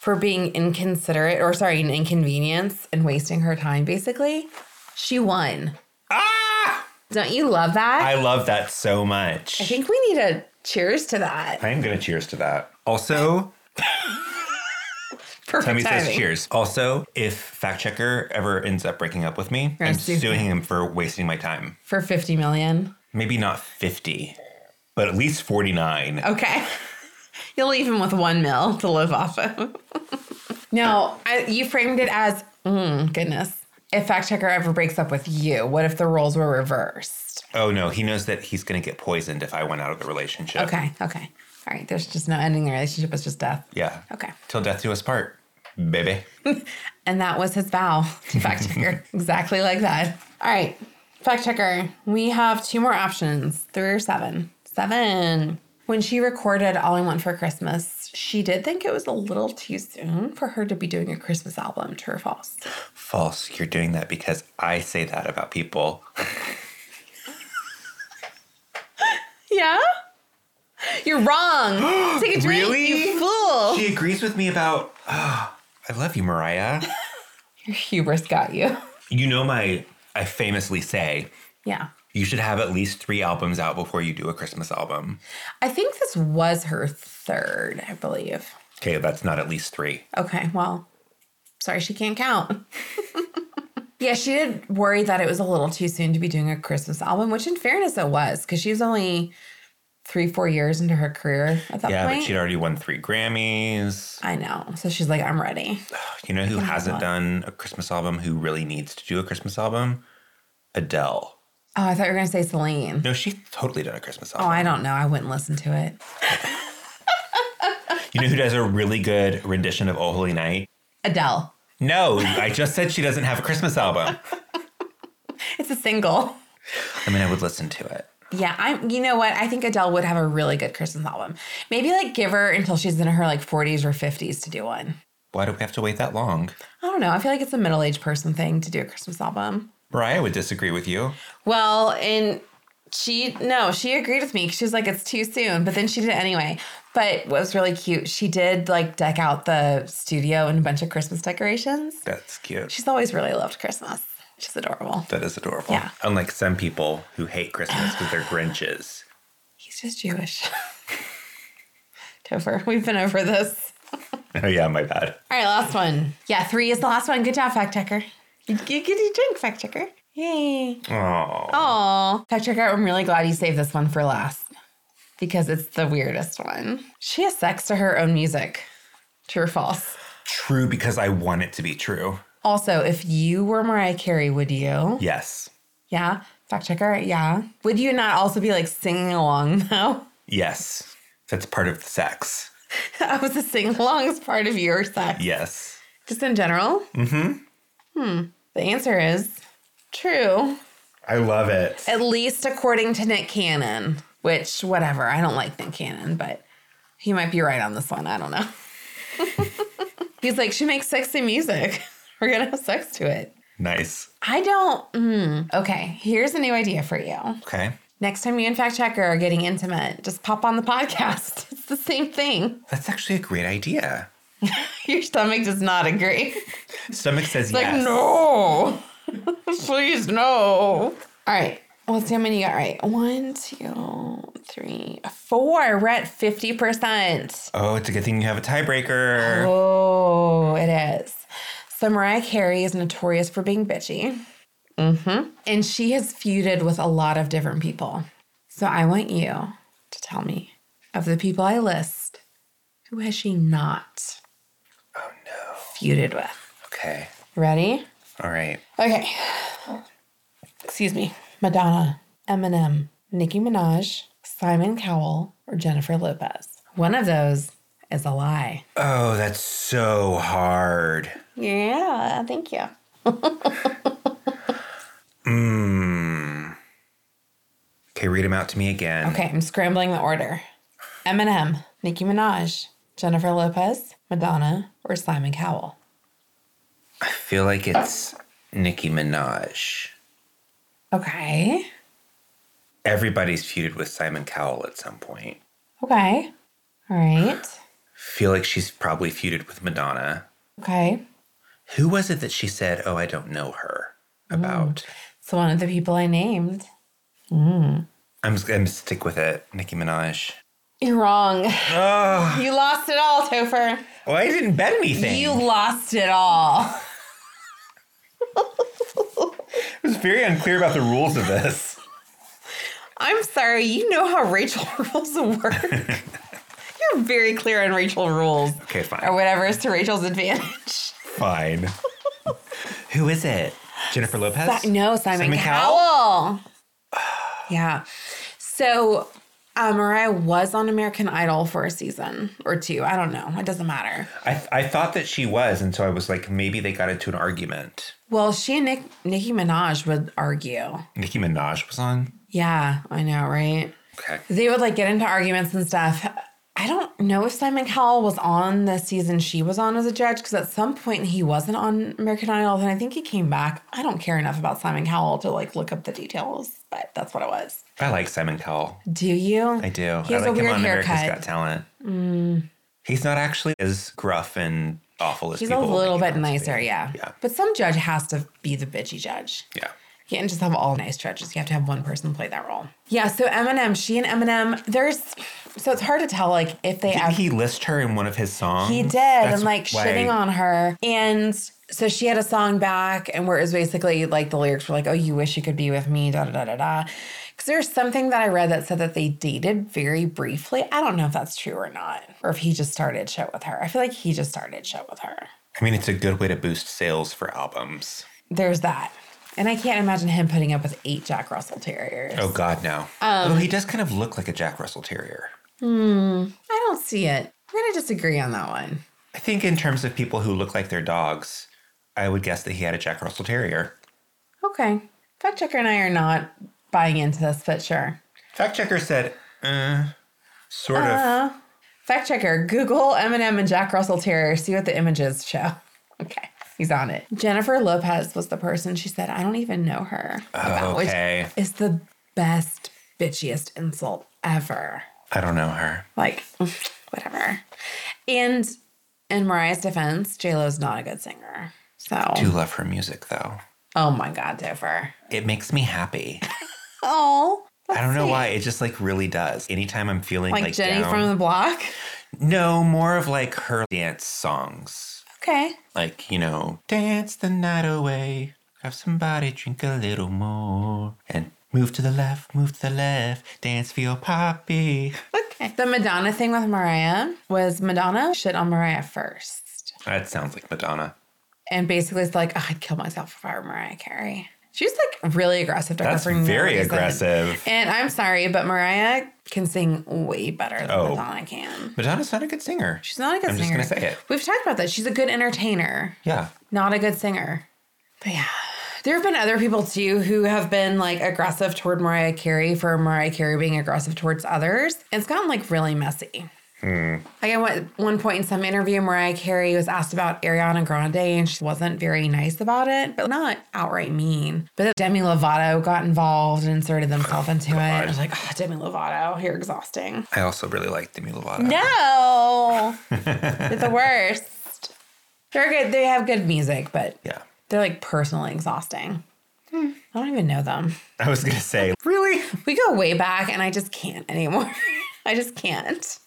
for being inconsiderate or, sorry, an inconvenience and wasting her time, basically. She won. Ah! Don't you love that? I love that so much. I think we need a cheers to that. I am going to cheers to that. Also, Perfect Tommy says timing. cheers. Also, if Fact Checker ever ends up breaking up with me, You're I'm gonna sue suing him. him for wasting my time. For 50 million. Maybe not 50, but at least 49. Okay. [LAUGHS] You'll leave him with one meal to live off of. [LAUGHS] no, I, you framed it as, mm, goodness. If fact checker ever breaks up with you, what if the roles were reversed? Oh no, he knows that he's going to get poisoned if I went out of the relationship. Okay, okay. All right, there's just no ending the relationship, it's just death. Yeah. Okay. Till death do us part, baby. And that was his vow [LAUGHS] to fact checker. exactly like that. All right, fact checker, we have two more options three or seven. Seven. When she recorded All I Want for Christmas, she did think it was a little too soon for her to be doing a Christmas album, true or false. False. You're doing that because I say that about people. Yeah? You're wrong. Take a drink, Really? you fool. She agrees with me about. ah, I love [LAUGHS] you, Mariah. Your hubris got you. you know my. I famously say Yeah. you should have at least three albums out before you do a Christmas album. I think this was her third, I believe. Okay, that's not at least three. Okay, well, sorry she can't [LAUGHS] count. yeah, she did worry that it was a little too soon to be doing a Christmas album, which in fairness it was, because she was only three, four years into her career at that Yeah, point. but she'd already won three Grammys. I know. So she's like, I'm ready. You know who hasn't done a Christmas album? Who really needs to do a Christmas album? Adele. Oh, I thought you were gonna say Celine. No, she's totally done a Christmas Oh, album. I don't know. I wouldn't listen to it. You know who does a really good rendition of Oh Holy Night? Adele. No, I just said she doesn't have a Christmas album. It's a single. I mean, I would listen to it. Yeah, I'm. You know what? I think Adele would have a really good Christmas album. Maybe like give her until she's in her like 40s or 50s to do one. Why do we have to wait that long? I don't know. I feel like it's a middle aged person thing to do a Christmas album. Mariah would disagree with you. Well, and she no, she agreed with me. She was like, "It's too soon," but then she did it anyway. But what was really cute, she did like deck out the studio in a bunch of Christmas decorations. That's cute. She's always really loved Christmas. She's adorable. that is adorable. Yeah. Unlike some people who hate Christmas because they're Grinches. [LAUGHS] He's just Jewish. [LAUGHS] Topher, we've been over this. Oh, yeah, my bad. All right, last one. Yeah, three is the last one. Good job, fact checker. You you get your drink, fact checker. Yay. Oh, Oh, fact checker, I'm really glad you saved this one for last because it's the weirdest one. She has sex to her own music. True or false? true because I want it to be true. Also, if you were Mariah Carey, would you? Yes. Yeah. Fact checker, yeah. Would you not also be like singing along [LAUGHS] though? Yes. That's part of the sex. that was the sing along as part of your sex. Yes. Just in general? Mm-hmm. Hmm. The answer is true. I love it. At least according to Nick Cannon, which whatever. I don't like Nick Cannon, but he might be right on this one. I don't know. [LAUGHS] He's like, she makes sexy music. [LAUGHS] We're gonna have sex to it. Nice. I don't. Mm. Okay, here's a new idea for you. Okay. Next time you and Fact Checker are getting intimate, just pop on the [LAUGHS] podcast. It's the same thing. [LAUGHS] That's actually a great idea. Your stomach does not agree. Stomach says Like, yes. no. [LAUGHS] Please, no. All right. Well, let's see how many you got right. One, two, three, four. We're at 50%. Oh, it's a good thing you have a tiebreaker. Oh, it is. So Mariah Carey is notorious for being bitchy. Mm-hmm. And she has feuded with a lot of different people. So I want you to tell me of the people I list, who has she not Oh, no. feuded with? Okay. Ready? All right. Okay. Excuse me. Madonna, Eminem, Nicki Minaj, Simon Cowell, or Jennifer Lopez. One of those is a lie. Oh, that's so hard. Yeah, thank you. Okay, read them out to me again. Okay, I'm scrambling the order. Eminem, Nicki Minaj, Jennifer Lopez, Madonna, or Simon Cowell. I feel like it's Nicki Minaj. Okay. Everybody's feuded with Simon Cowell at some point. Okay. All right. Feel like she's probably feuded with Madonna. Okay. Who was it that she said, "Oh, I don't know her"? Mm. About So one of the people I named. I'm just gonna stick with it, Nicki Minaj. You're wrong. Oh, You lost it all, Topher. well, I didn't bet anything. You lost it all. It was very unclear about the rules of this. I'm sorry, you know how Rachel [LAUGHS] rules work. You're very clear on Rachel rules. Okay, fine. Or whatever is to Rachel's advantage. [LAUGHS] Fine. Who is it? Jennifer Lopez? Si- no, Simon, Simon Cowell. Cowell? [SIGHS] yeah. So uh, Mariah was on American Idol for a season or two. I don't know. It doesn't matter. I, I thought that she was, and so I was like, maybe they got into an argument. Well, she and Nick, Nicki Minaj would argue. Nicki Minaj was on. Yeah, I know, right? Okay. They would like get into arguments and stuff. I don't know if Simon Cowell was on the season she was on as a judge because at some point he wasn't on American Idol and I think he came back. I don't care enough about Simon Cowell to like look up the details, but that's what it was. I like Simon Cowell. Do you? I do. He I has like a weird him on America's Got haircut. Mm. Talent. He's not actually as gruff and awful as He's a people little make bit him out to nicer, be. yeah. Yeah. But some judge has to be the bitchy judge. Yeah. You can't just have all nice judges. You have to have one person play that role. Yeah. So Eminem, she and Eminem, there's so it's hard to tell like if they Didn't he list her in one of his songs? He did, Mm, That's and like why- shitting on her. And so she had a song back, and where it was basically like the lyrics were like, "Oh, you wish you could be with me," da da da da da. Because there's something that I read that said that they dated very briefly. I don't know if that's true or not, or if he just started shit with her. I feel like he just started shit with her. I mean, it's a good way to boost sales for albums. There's that, and I can't imagine him putting up with eight Jack Russell Terriers. Oh Um, God, no. Although he does kind of look like a Jack Russell Terrier. I don't see it. We're going to disagree on that one. I think in terms of people who look like their dogs, I would guess that he had a Jack Russell Terrier. Okay. Fact checker and I are not buying into this, but sure. Fact checker said, uh, sort of. Uh, fact checker, Google Eminem and Jack Russell Terrier. See what the images show. [LAUGHS] Okay. He's on it. Jennifer Lopez was the person she said, I don't even know her. about," which Okay. is the best, bitchiest insult ever. I don't know her. Like, [LAUGHS] whatever. And in Mariah's defense, JLo's not a good singer. So, Do love her music though. oh my God, Dover. It makes me happy. Oh. I don't know why. It just like really does. Anytime I'm feeling like, Like, Jenny down- from the block. no, more of like her dance songs. Okay. like you know dance the night away grab somebody drink a little more and move to the left move to the left dance for your poppy Okay. The Madonna thing with Mariah was Madonna shit on Mariah first. that sounds like madonna And basically it's like, "Oh, I'd kill myself if I were Mariah Carey. She was like really aggressive to her that's for no very reason. aggressive And I'm sorry, but Mariah can sing way better than Oh. Madonna can. madonna's not a good singer She's not a good I'm just singer. gonna say it. We've talked about that. She's a good entertainer, yeah not a good singer. But yeah. There have been other people too who have been like aggressive toward Mariah Carey for Mariah Carey being aggressive towards others. And it's gotten like really messy. Like I went at one point in some interview, Mariah Carey was asked about Ariana Grande, and she wasn't very nice about it, but not outright mean. But then Demi Lovato got involved and inserted themselves into it. I was like, oh, Demi Lovato, you're exhausting. i also really like demi lovato No, they're the worst. They're good. They have good music, but yeah they're like personally exhausting. I don't even know them. [LAUGHS] i was gonna say really We go way back, and I just can't anymore. [LAUGHS] I just can't.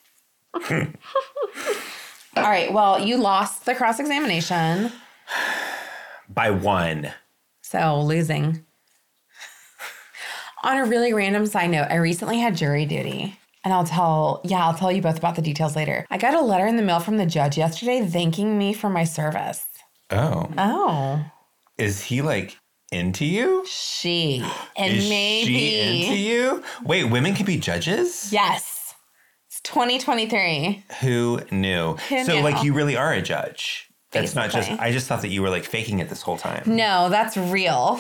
All right. Well, you lost the cross examination, by one so losing. [LAUGHS] On a really random side note, I recently had jury duty. And I'll tell, yeah, I'll tell you both about the details later. I got a letter in the mail from the judge yesterday thanking me for my service. oh Oh, is he like into you she. And is maybe. she into you wait women can be judges yes. It's 2023. Who knew? Who so, knew? like, you really are a judge. That's not just, Basically. I just thought that you were like faking it this whole time. No, that's real.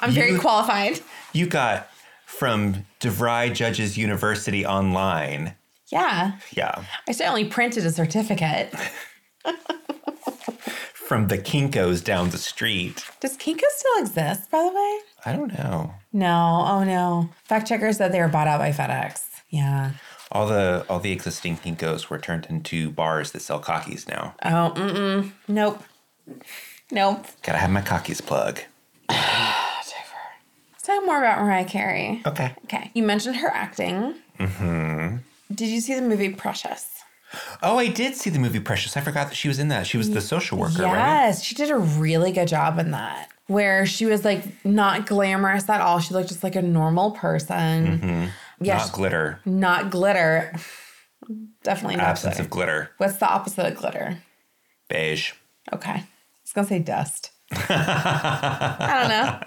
I'm very You- qualified. You got from DeVry Judges University online. Yeah. Yeah. I certainly printed a certificate. From the Kinkos down the street. Does Kinko still exist, by the way? I don't know. No. Oh, no. Fact checkers said they were bought out by FedEx. Yeah. All the all the existing Kinkos were turned into bars that sell cockies now. Oh, mm-mm. Nope. Nope. Gotta have my cockies plug. Let's talk more about Mariah Carey. Okay. Okay. You mentioned her acting. Mm-hmm. Did you see the movie Precious? Oh, I did see the movie Precious. I forgot that she was in that. She was the social worker, right? Yes, she did a really good job in that. Where she was like not glamorous at all. She looked just like a normal person. Yes, Mm-hmm. Not glitter. not glitter. Definitely not Absence glitter. of glitter. What's the opposite of glitter? Beige. Okay. I was going to say [LAUGHS] dust. I don't know.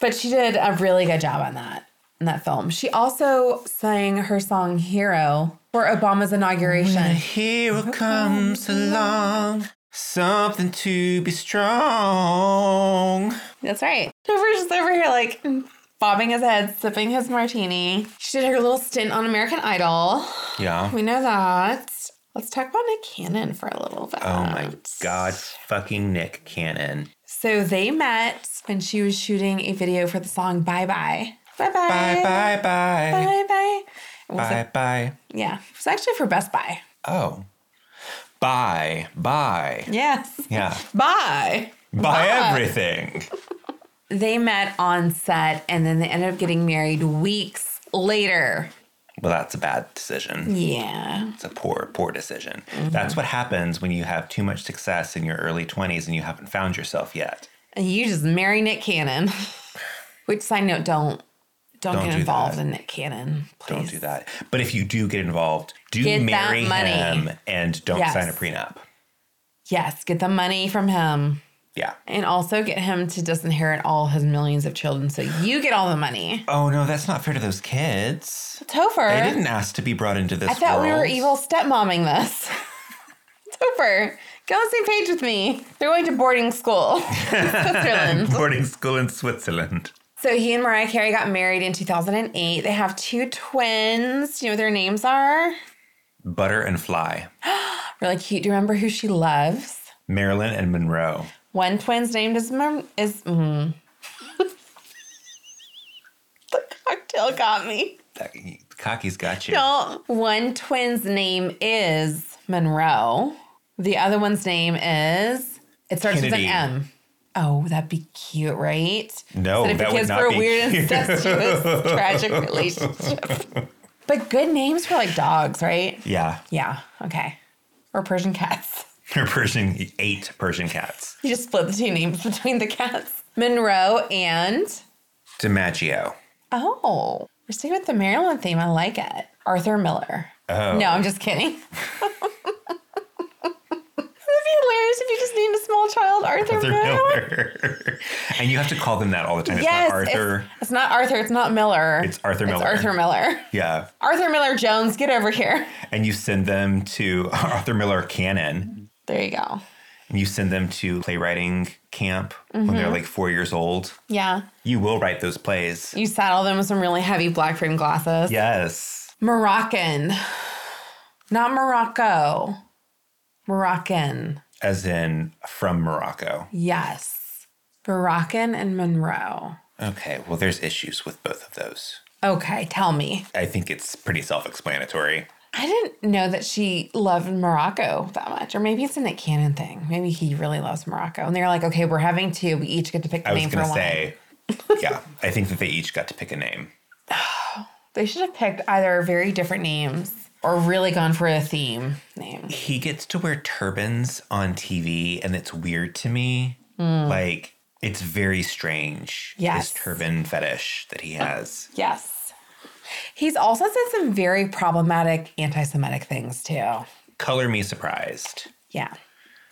But she did a really good job on that in that film. She also sang her song Hero for Obama's A inauguration. hero comes along, something to be strong. That's right. [LAUGHS] Trevor just over here like bobbing his head, sipping his martini. She did her little stint on American Idol. Yeah. We know that. Let's talk about Nick Cannon for a little bit. Oh my god, fucking Nick Cannon. So they met when she was shooting a video for the song Bye Bye. Bye Bye. Bye bye bye. Bye Bye. It was Bye bye. A, yeah. It was actually for Best Buy. Oh. Bye bye. Yes. Yeah. Bye. Buy everything. They met on set and then they ended up getting married weeks later. Well, that's a bad Mm. decision. Yeah. It's a poor, poor decision. Mm-hmm. That's what happens when you have too much success in your early 20s and you haven't found yourself yet. And you just marry Nick Cannon. [LAUGHS] Which side note, don't don't, Don't get do involved that. in Nick Cannon. Please. Don't do that. But if you do get involved, do Get that marry money. him and don't Yes. sign a prenup. Yes, get the money from him. Yeah. And also get him to disinherit all his millions of children so you get all the money. Oh no, that's not fair to those kids. Topher. They didn't ask to be brought into this. I thought we were world. evil stepmomming this. [LAUGHS] Topher, get on the same page with me. They're going to boarding school [LAUGHS] in [LAUGHS] Switzerland. Boarding school in Switzerland. So he and Mariah Carey got married in 2008. They have two twins. Do you know what their names are? Butter and Fly. Really cute. Do you remember who she loves? Marilyn and Monroe. One twin's name is Mar- is. Mm. [LAUGHS] the cocktail got me. That, Cocky's got you. No. One twin's name is Monroe. The other one's name is. It starts Kennedy. with an M. Oh, that'd be cute, right? No, Instead of that would kids not were be weird, cute. [LAUGHS] incestuous, tragic relationship. But good names for like dogs, right? Yeah. Yeah. Okay. Or Persian cats. [LAUGHS] They're Persian eight Persian cats. You just split the two names between the cats. Monroe and DiMaggio. oh, we're sticking with the Maryland theme. I like it. Arthur Miller. Oh. No, I'm just kidding. [LAUGHS] It'd be hilarious if you just named a small child Arthur, Arthur Miller. Miller. and you have to call them that all the time. It's Yes, not Arthur. It's, it's not Arthur. It's not Miller. It's Arthur It's Miller. Arthur Miller. yeah. Arthur Miller Jones, get over here. And you send them to [LAUGHS] Arthur Miller Cannon. There you go. And you send them to playwriting camp when Mm-hmm. they're like four years old. Yeah. You will write those plays. You saddle them with some really heavy black frame glasses. Yes. Moroccan. Not Morocco. Moroccan. As in from Morocco. Yes. Moroccan and Monroe. Okay. Well, there's issues with both of those. Okay, tell me. I think it's pretty self explanatory. I didn't know that she loved Morocco that much. Or maybe it's a Nick Cannon thing. Maybe he really loves Morocco. And they're like, okay, we're having two. We each get to pick the I was name for going to one. say, yeah, I think that they each got to pick a name. They should have picked either very different names or really gone for a theme name. He gets to wear turbans on TV, and it's weird to me. Like, it's very strange. Mm. Yes. His turban fetish that he has. Yes. He's also said some very problematic anti Semitic things, too. Color me surprised. Yeah.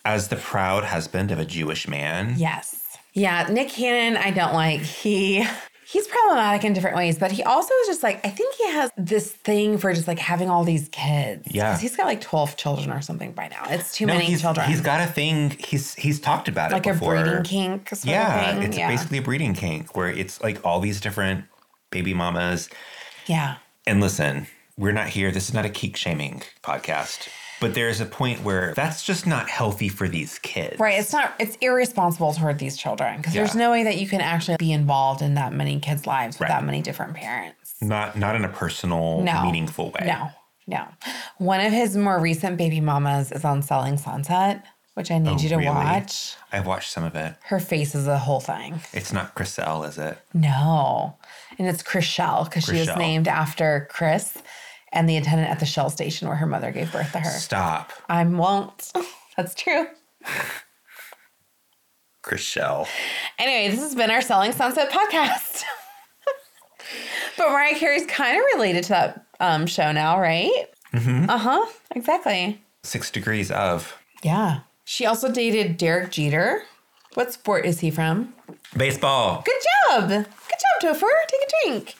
As the proud husband of a Jewish man, Yes. Yeah, Nick Cannon, I don't like. He he's problematic in different ways, but he also is just like I think he has this thing for just like having all these kids. Yeah. 'Cause he's got like 12 children or something by now. It's too no, many he's, children. he's got a thing. He's he's talked about like it a before. breeding kink sort yeah, of thing. it's yeah. basically a breeding kink where it's like all these different baby mamas. yeah. And listen, we're not here. This is not a kink shaming podcast. But there is a point where that's just not healthy for these kids. Right. It's not it's irresponsible toward these children because there's Yeah. no way that you can actually be involved in that many kids' lives with Right. that many different parents. Not not in a personal, no. meaningful way. No, no. One of his more recent baby mamas is on Selling Sunset, which I need you to Oh, really? watch. I've watched some of it. Her face is the whole thing. It's not Chriselle, is it? No. And it's Chriselle because she was Chriselle. named after Chris and the attendant at the Shell station where her mother gave birth to her. Stop. I won't. That's true. Chriselle. Anyway, this has been our Selling Sunset podcast. [LAUGHS] but Mariah Carey's kind of related to that um, show now, right? Mm-hmm. Uh huh. Exactly. Six degrees of Yeah. She also dated Derek Jeter. What sport is he from? baseball. Good job. Good job, Topher. Take a drink.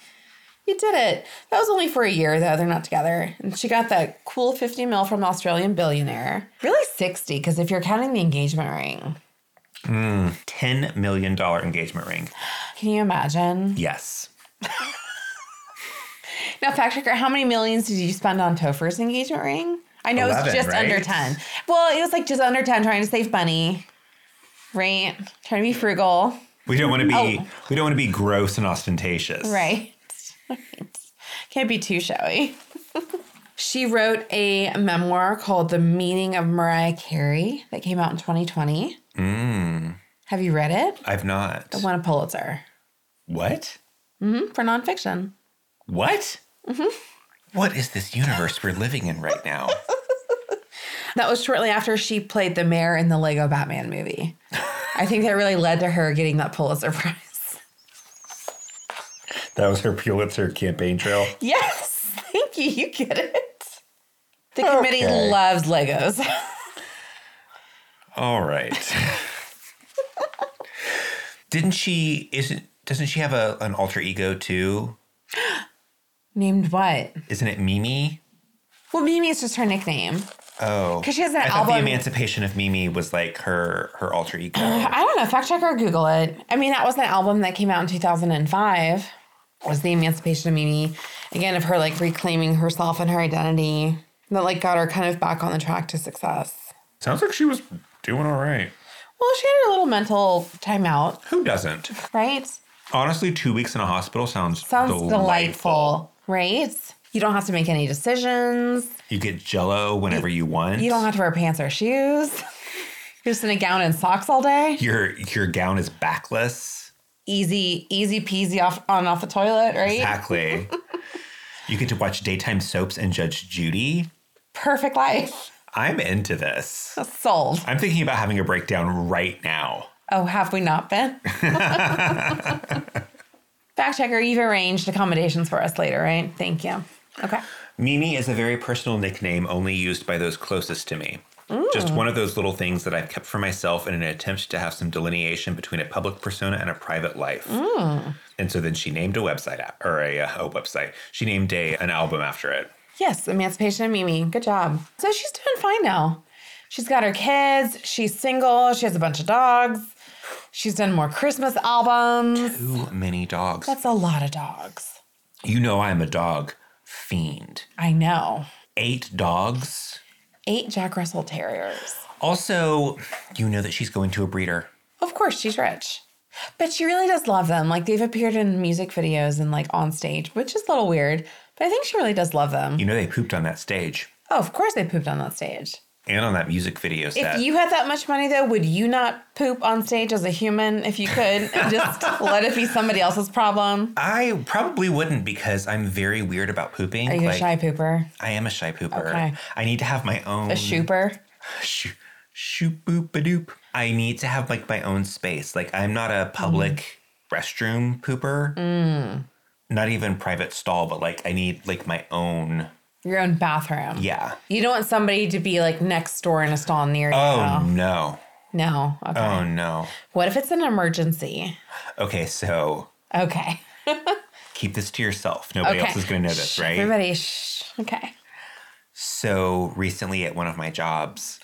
You did it. That was only for a year, though. They're not together. And she got that cool 50 mil from an Australian billionaire. Really 60, because if you're counting the engagement ring, Ten million dollar engagement ring. can you imagine? Yes. Now, fact checker, how many millions did you spend on Topher's engagement ring? I know it's 11, just right? under 10. Well, it was like just under 10 trying to save money, right? Trying to be frugal. We don't want to be Oh. we don't want to be gross and ostentatious. Right. [LAUGHS] Can't be too showy. [LAUGHS] she wrote a memoir called The Meaning of Mariah Carey that came out in 2020. Mm. Have you read it? I've not. Won a Pulitzer What? for nonfiction. What? Mm-hmm. What is this universe we're living in right [LAUGHS] now? That was shortly after she played the mayor in the Lego Batman [LAUGHS] movie. I think that really led to her getting that Pulitzer Prize. That was her Pulitzer campaign trail. [LAUGHS] Yes, thank you. You get it. The committee Okay. loves Legos. All right. Didn't she? Isn't doesn't she have a an alter ego too? [LAUGHS] Named what? Isn't it Mimi? Well, Mimi is just her nickname. Oh, 'Cause she has that I thought the album- Emancipation of Mimi was like her her [CLEARS THROAT] alter ego. I don't know. Fact check or Google it. I mean, that was an album that came out in 2005. Was the Emancipation of Mimi again of her like reclaiming herself and her identity that like got her kind of back on the track to success. Sounds like she was doing all right. Well, she had her little mental timeout, Who doesn't? right? Honestly, two weeks in a hospital sounds Sounds delightful. delightful, right? You don't have to make any decisions. You get Jello whenever you want. You don't have to wear pants or shoes. [LAUGHS] You're just in a gown and socks all day. your your gown is backless. Easy, easy peasy off on off the toilet, right? [LAUGHS] Exactly. you get to watch daytime soaps and Judge Judy. Perfect life. I'm into Oh. this. Sold. I'm thinking about having a breakdown right now. Oh, have we not been? Fact checker, you've arranged accommodations for us later, right? Thank you. Okay. Mimi is a very personal nickname only used by those closest to me. Mm. Just one of those little things that I've kept for myself in an attempt to have some delineation between a public persona and a private life. Mm. And so then she named a website app, or a, uh, a website. She named a an album after it. Yes, Emancipation of Mimi. Good job. So she's doing fine now. She's got her kids. She's single. She has a bunch of dogs. She's done more Christmas albums. Too many dogs. That's a lot of dogs. You know I'm a dog fiend. I know. Eight dogs. Eight Jack Russell Terriers. Also, you know that she's going to a breeder. Of course, she's rich. But she really does love them. Like they've appeared in music videos and like on stage, which is a little weird. But I think she really does love them. You know they pooped on that stage Oh, of course they pooped on that stage. and on that music video set. If you had that much money, though, would you not poop on stage as a human if you [LAUGHS] could and just let it be somebody else's problem? I probably wouldn't because I'm very weird about pooping. Are you Like, a shy pooper? I am a shy pooper. Okay. I need to have my own A shooper? shoo shoop boop a doop. I need to have like my own space. Like I'm not a public Mm. restroom pooper. Not even private stall, but like I need like my own. Your own bathroom? Yeah. You don't want somebody to be like next door in a stall near you. Oh no. No. Okay. Oh no. What if it's an emergency? Okay, so Okay. keep this to yourself. Nobody okay. else is going to know this, Shh, right? Everybody, shh. Okay. So recently at one of my jobs,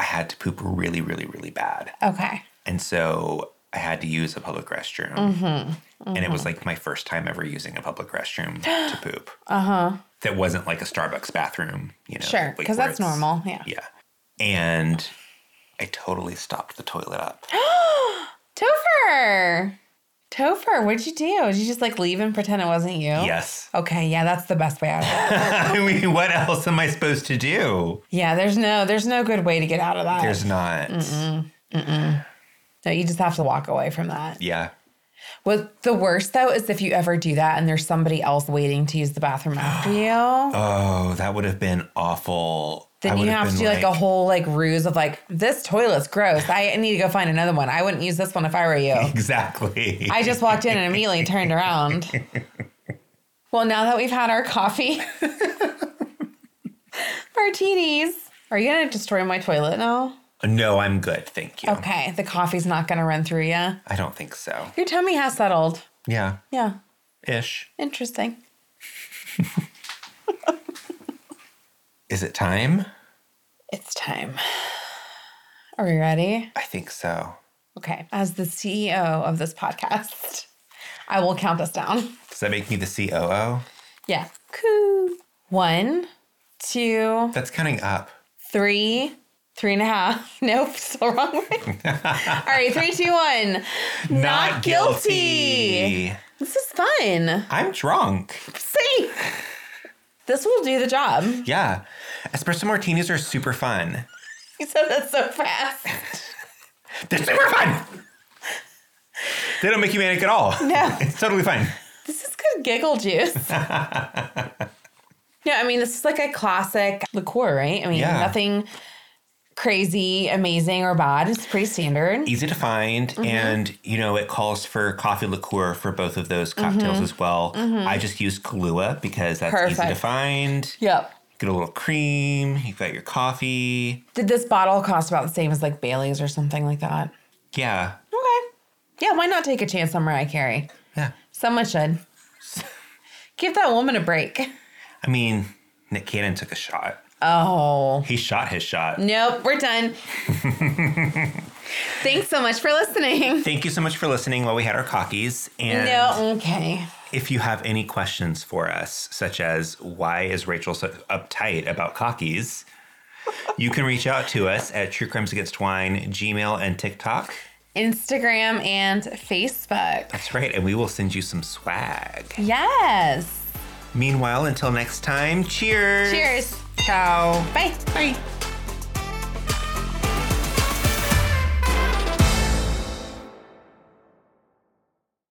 I had to poop really, really, really bad. Okay. And so I had to use a public restroom. Mm-hmm. And it was like my first time ever using a public [GASPS] restroom to poop. Uh huh. That wasn't like a Starbucks bathroom, you know? Uh-huh. Sure. like, Because where that's it's- normal. Yeah. Yeah. And I totally stopped the [GASPS] toilet up. Topher! Topher, what'd you do? Did you just like leave and pretend it wasn't you? Yes. [LAUGHS] Okay, yeah, that's the best way out of it. I mean, what else am I supposed to do? yeah, there's no there's no good way to get out of that. There's not. no, you just have to walk away from that. Yeah. What the worst though is if you ever do that and there's somebody else waiting to use the bathroom after you, [GASPS] Oh, that would have been awful. I then you would have to been do like, a whole like ruse of like, this toilet's gross. I need to go find another one. I wouldn't use this one if I were [LAUGHS] you. Exactly. I just walked in and immediately turned around. Well, now that we've had our coffee, [LAUGHS] martinis, are you going to destroy my toilet now? [LAUGHS] no, I'm good. Thank you. Okay, the coffee's not going to run through you. I don't think so. Your tummy has settled. Yeah. Yeah, Ish. interesting. Is it time? It's time. Are we ready? I think so. Okay, as the CEO of this podcast, I will count us down. Does that make me the COO? Yeah. Coo. One, two, That's counting up. three, three and a half. [LAUGHS] Nope, still wrong way. All right, three, two, one. This is fun. I'm drunk. See, this will do the job. [LAUGHS] Yeah. Espresso martinis are super fun. You said that so fast. They're super fun. [LAUGHS] they don't make you manic at all. No. [LAUGHS] It's totally fine. This is good giggle [LAUGHS] juice. no, I mean this is like a classic liqueur, right? I mean Yeah. nothing crazy, amazing, or bad. It's pretty standard. easy to find Mm-hmm. and you know it calls for coffee liqueur for both of those cocktails as well i just use kahlua because that's easy to Mm-hmm. Perfect. find Yep. get a little cream you've got your coffee Did this bottle cost about the same as like Bailey's or something like that? yeah Okay. Yeah, why not take a chance on Mariah Carey? Yeah. Someone should. [LAUGHS] Give that woman a break. I mean, Nick Cannon took a shot. Oh. He shot his shot. Nope, we're [LAUGHS] done. Thanks so much for listening. Thank you so much for listening while we had our cockies. And No, okay. if you have any questions for us, such as why is Rachel so uptight about cockies, you can reach out to us at True Crimes Against Wine, Gmail, and TikTok. Instagram and Facebook. That's right. And we will send you some swag. Yes. Meanwhile, until next time, cheers. Cheers. Ciao. Bye. Bye.